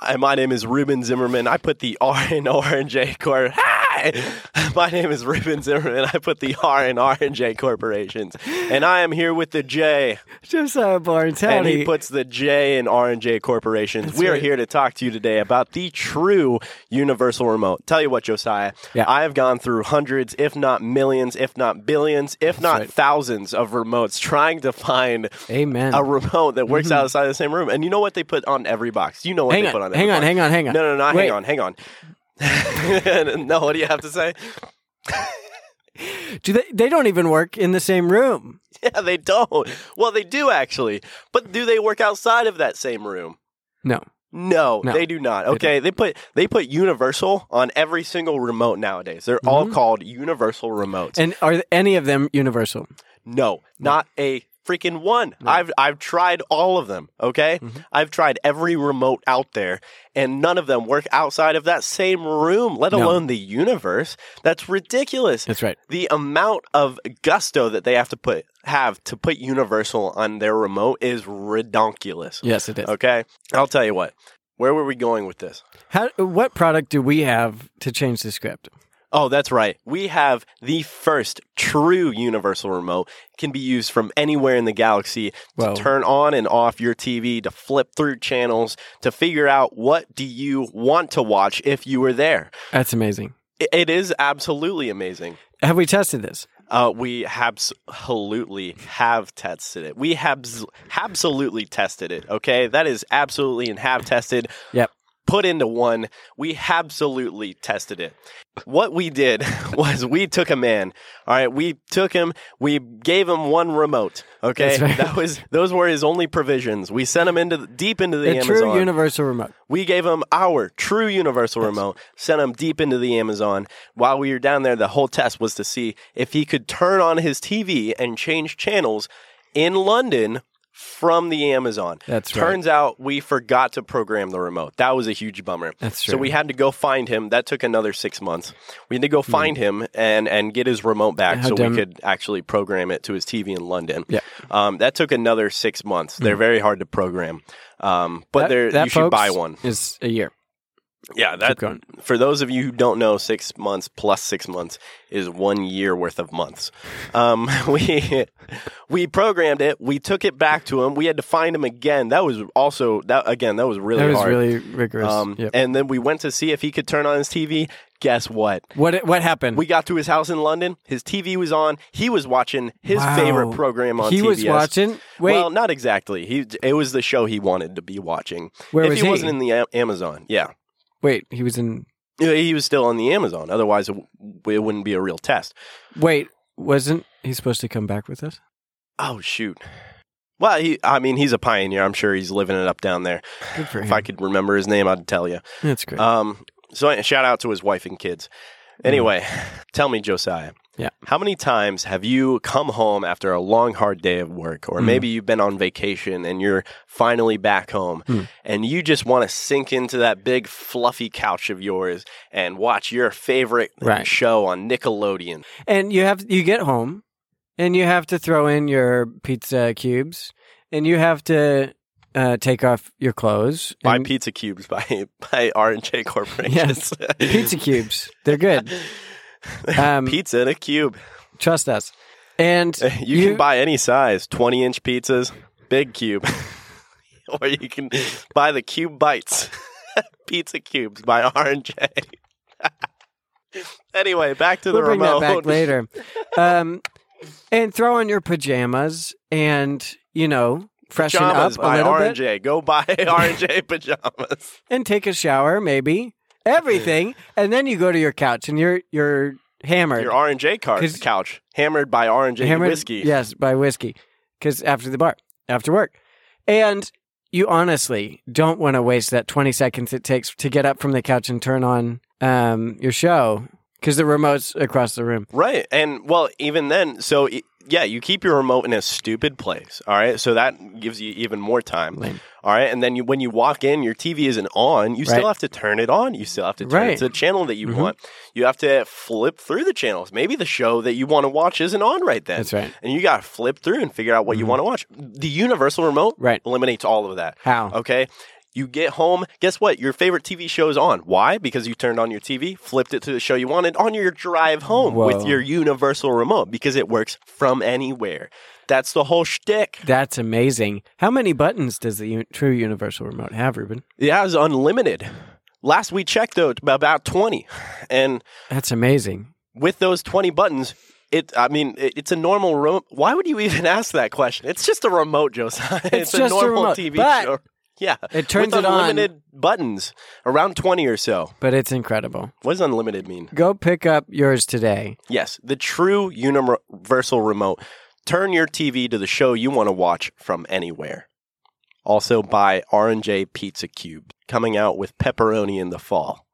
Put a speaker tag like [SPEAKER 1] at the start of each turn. [SPEAKER 1] Hi, my name is Ruben Zimmerman. I put the R in R and J Corp. Hi, my name is Ruben Zimmerman. I put the R in R and J Corporations, and I am here with the J.
[SPEAKER 2] Josiah Barnes, howdy.
[SPEAKER 1] And he puts the J in R and J Corporations. we are
[SPEAKER 2] right.
[SPEAKER 1] here to talk to you today about the true universal remote. Tell you what, Josiah,
[SPEAKER 2] Yeah.
[SPEAKER 1] I have gone through hundreds, if not millions, if not billions, if not
[SPEAKER 2] right.
[SPEAKER 1] thousands of remotes trying to find
[SPEAKER 2] Amen. Mm-hmm.
[SPEAKER 1] a remote that works outside of the same room. And you know what they put on every box? You know what
[SPEAKER 2] Hang
[SPEAKER 1] they
[SPEAKER 2] on,
[SPEAKER 1] put on every
[SPEAKER 2] hang on,
[SPEAKER 1] box.
[SPEAKER 2] hang on, hang on.
[SPEAKER 1] No, no, no,
[SPEAKER 2] Wait.
[SPEAKER 1] hang on, hang on. no, what do you have to say?
[SPEAKER 2] Do they, they don't even work in the same room.
[SPEAKER 1] Yeah, they don't. Well, they do actually. But do they work outside of that same room?
[SPEAKER 2] No.
[SPEAKER 1] No,
[SPEAKER 2] No,
[SPEAKER 1] they do not. Okay, they, put they put universal on every single remote nowadays. They're all called universal remotes.
[SPEAKER 2] Mm-hmm. And are any of them universal?
[SPEAKER 1] No, not a freaking one. I've I've tried all of them, okay?
[SPEAKER 2] Mm-hmm.
[SPEAKER 1] I've tried every remote out there and none of them work outside of that same room, let
[SPEAKER 2] No.
[SPEAKER 1] alone the universe. That's ridiculous.
[SPEAKER 2] That's right.
[SPEAKER 1] The amount of gusto that they have to put have to put universal on their remote is redonkulous.
[SPEAKER 2] Yes, it is.
[SPEAKER 1] Okay? I'll tell you what. Where were we going with this?
[SPEAKER 2] How, what product do we have to change the script?
[SPEAKER 1] Oh, that's right. We have the first true universal remote. It can be used from anywhere in the galaxy to
[SPEAKER 2] Wow.
[SPEAKER 1] turn on and off your TV, to flip through channels, to figure out what do you want to watch if you were there.
[SPEAKER 2] That's amazing.
[SPEAKER 1] I- It is absolutely amazing.
[SPEAKER 2] Have we tested this?
[SPEAKER 1] Uh, we absolutely have tested it. We have absolutely tested it. Okay, that is absolutely and have tested
[SPEAKER 2] Yep.
[SPEAKER 1] put into one. We absolutely tested it. What we did was we took a man. All right, we took him. We gave him one remote. Okay,
[SPEAKER 2] That's right.
[SPEAKER 1] that was those were his only provisions. We sent him into the, deep into the
[SPEAKER 2] A
[SPEAKER 1] Amazon.
[SPEAKER 2] true universal remote.
[SPEAKER 1] We gave him our true universal remote, sent him deep into the Amazon. While we were down there, the whole test was to see if he could turn on his TV and change channels in London from the Amazon.
[SPEAKER 2] That's right.
[SPEAKER 1] Turns out we forgot to program the remote. That was a huge bummer.
[SPEAKER 2] That's
[SPEAKER 1] So
[SPEAKER 2] true. Hmm.
[SPEAKER 1] we had to go find him. That took another six months. We had to go find him and and get his remote back
[SPEAKER 2] How
[SPEAKER 1] so
[SPEAKER 2] dumb.
[SPEAKER 1] we could actually program it to his TV in London.
[SPEAKER 2] um, Yeah. Hmm.
[SPEAKER 1] Um, that took another six months. They're very hard to program. Um, but
[SPEAKER 2] That-
[SPEAKER 1] there
[SPEAKER 2] that,
[SPEAKER 1] you should buy
[SPEAKER 2] folks,
[SPEAKER 1] one.
[SPEAKER 2] Is a year.
[SPEAKER 1] Yeah, that
[SPEAKER 2] going.
[SPEAKER 1] for those of you who don't know, six months plus six months is one year worth of months. Um, we we programmed it. We took it back to him. We had to find him again. That was also that again. That was really
[SPEAKER 2] that was
[SPEAKER 1] hard.
[SPEAKER 2] really rigorous.
[SPEAKER 1] um,
[SPEAKER 2] Yep.
[SPEAKER 1] And then we went to see if he could turn on his TV. Guess what?
[SPEAKER 2] What what happened?
[SPEAKER 1] We got to his house in London. His TV was on. He was watching his
[SPEAKER 2] Wow.
[SPEAKER 1] favorite program on
[SPEAKER 2] He was
[SPEAKER 1] TBS.
[SPEAKER 2] watching. Wait,
[SPEAKER 1] Well, not exactly. He it was the show he wanted to be watching.
[SPEAKER 2] Where
[SPEAKER 1] if
[SPEAKER 2] was
[SPEAKER 1] he,
[SPEAKER 2] he?
[SPEAKER 1] wasn't in the A- Amazon, yeah.
[SPEAKER 2] wait. He was in.
[SPEAKER 1] Yeah, he was still on the Amazon. Otherwise, it, w- it wouldn't be a real test.
[SPEAKER 2] Wait, wasn't he supposed to come back with us?
[SPEAKER 1] Oh shoot. Well, he, I mean, he's a pioneer. I'm sure he's living it up down there.
[SPEAKER 2] Good for
[SPEAKER 1] If
[SPEAKER 2] him.
[SPEAKER 1] I could remember his name, I'd tell you.
[SPEAKER 2] That's great.
[SPEAKER 1] Um, so uh, shout out to his wife and kids. Anyway, tell me, Josiah.
[SPEAKER 2] Mm-hmm. Yeah.
[SPEAKER 1] How many times have you come home after a long, hard day of work, or
[SPEAKER 2] Mm-hmm.
[SPEAKER 1] maybe you've been on vacation and you're finally back home,
[SPEAKER 2] Hmm.
[SPEAKER 1] and you just want to sink into that big, fluffy couch of yours and watch your favorite
[SPEAKER 2] Right.
[SPEAKER 1] show on Nickelodeon?
[SPEAKER 2] and you have you get home, and you have to throw in your pizza cubes, and you have to uh, take off your clothes.
[SPEAKER 1] Buy
[SPEAKER 2] and-
[SPEAKER 1] pizza cubes by by R and J corporations.
[SPEAKER 2] pizza cubes. They're good. Um,
[SPEAKER 1] pizza in a cube.
[SPEAKER 2] trust us. And
[SPEAKER 1] You, can buy any size, twenty inch pizzas, big cube, or you can buy the cube bites. pizza cubes by R and J. Anyway, back to
[SPEAKER 2] We'll
[SPEAKER 1] the
[SPEAKER 2] bring
[SPEAKER 1] remote.
[SPEAKER 2] that back later. Um, and throw on your pajamas, and you know, freshen
[SPEAKER 1] Pajamas
[SPEAKER 2] up a
[SPEAKER 1] by
[SPEAKER 2] little
[SPEAKER 1] R and
[SPEAKER 2] bit.
[SPEAKER 1] J. Go buy R and J pajamas.
[SPEAKER 2] and take a shower, maybe everything, and then you go to your couch and you're you're hammered,
[SPEAKER 1] Your R and J car
[SPEAKER 2] 'Cause-
[SPEAKER 1] couch hammered by R and J
[SPEAKER 2] hammered,
[SPEAKER 1] whiskey.
[SPEAKER 2] Yes, by whiskey, because after the bar, after work, and you honestly don't want to waste that twenty seconds it takes to get up from the couch and turn on um, your show because the remote's across the room.
[SPEAKER 1] Right. And well, even then, so i- yeah, you keep your remote in a stupid place. All right. So that gives you even more time.
[SPEAKER 2] Lame.
[SPEAKER 1] All right. And then you, when you walk in, your TV isn't on. You
[SPEAKER 2] Right.
[SPEAKER 1] still have to turn it on. You still have to turn
[SPEAKER 2] Right. Mm-hmm.
[SPEAKER 1] it to the channel that you want. You have to flip through the channels. Maybe the show that you want to watch isn't on right then.
[SPEAKER 2] That's right.
[SPEAKER 1] And you got to flip through and figure out what you want to watch. The universal remote
[SPEAKER 2] Right.
[SPEAKER 1] eliminates all of that.
[SPEAKER 2] How?
[SPEAKER 1] Okay. You get home. Guess what? Your favorite TV show is on. Why? Because you turned on your TV, flipped it to the show you wanted on your drive home with
[SPEAKER 2] Whoa.
[SPEAKER 1] your universal remote because it works from anywhere. That's the whole shtick.
[SPEAKER 2] That's amazing. How many buttons does the un- true universal remote have, Ruben?
[SPEAKER 1] It has unlimited. Last we checked, though, it's about 20. And
[SPEAKER 2] That's amazing.
[SPEAKER 1] with those 20 buttons, it, I mean, it, it's a normal remote. Why would you even ask that question? It's just a remote, Josiah. It's,
[SPEAKER 2] just a
[SPEAKER 1] normal
[SPEAKER 2] remote,
[SPEAKER 1] TV
[SPEAKER 2] but
[SPEAKER 1] show. Yeah.
[SPEAKER 2] It turns
[SPEAKER 1] with
[SPEAKER 2] it on,
[SPEAKER 1] unlimited buttons, around 20 or so.
[SPEAKER 2] but it's incredible.
[SPEAKER 1] What does unlimited mean?
[SPEAKER 2] Go pick up yours today.
[SPEAKER 1] Yes, the true universal remote. Turn your TV to the show you want to watch from anywhere. Also buy R&J Pizza Cube, coming out with pepperoni in the fall.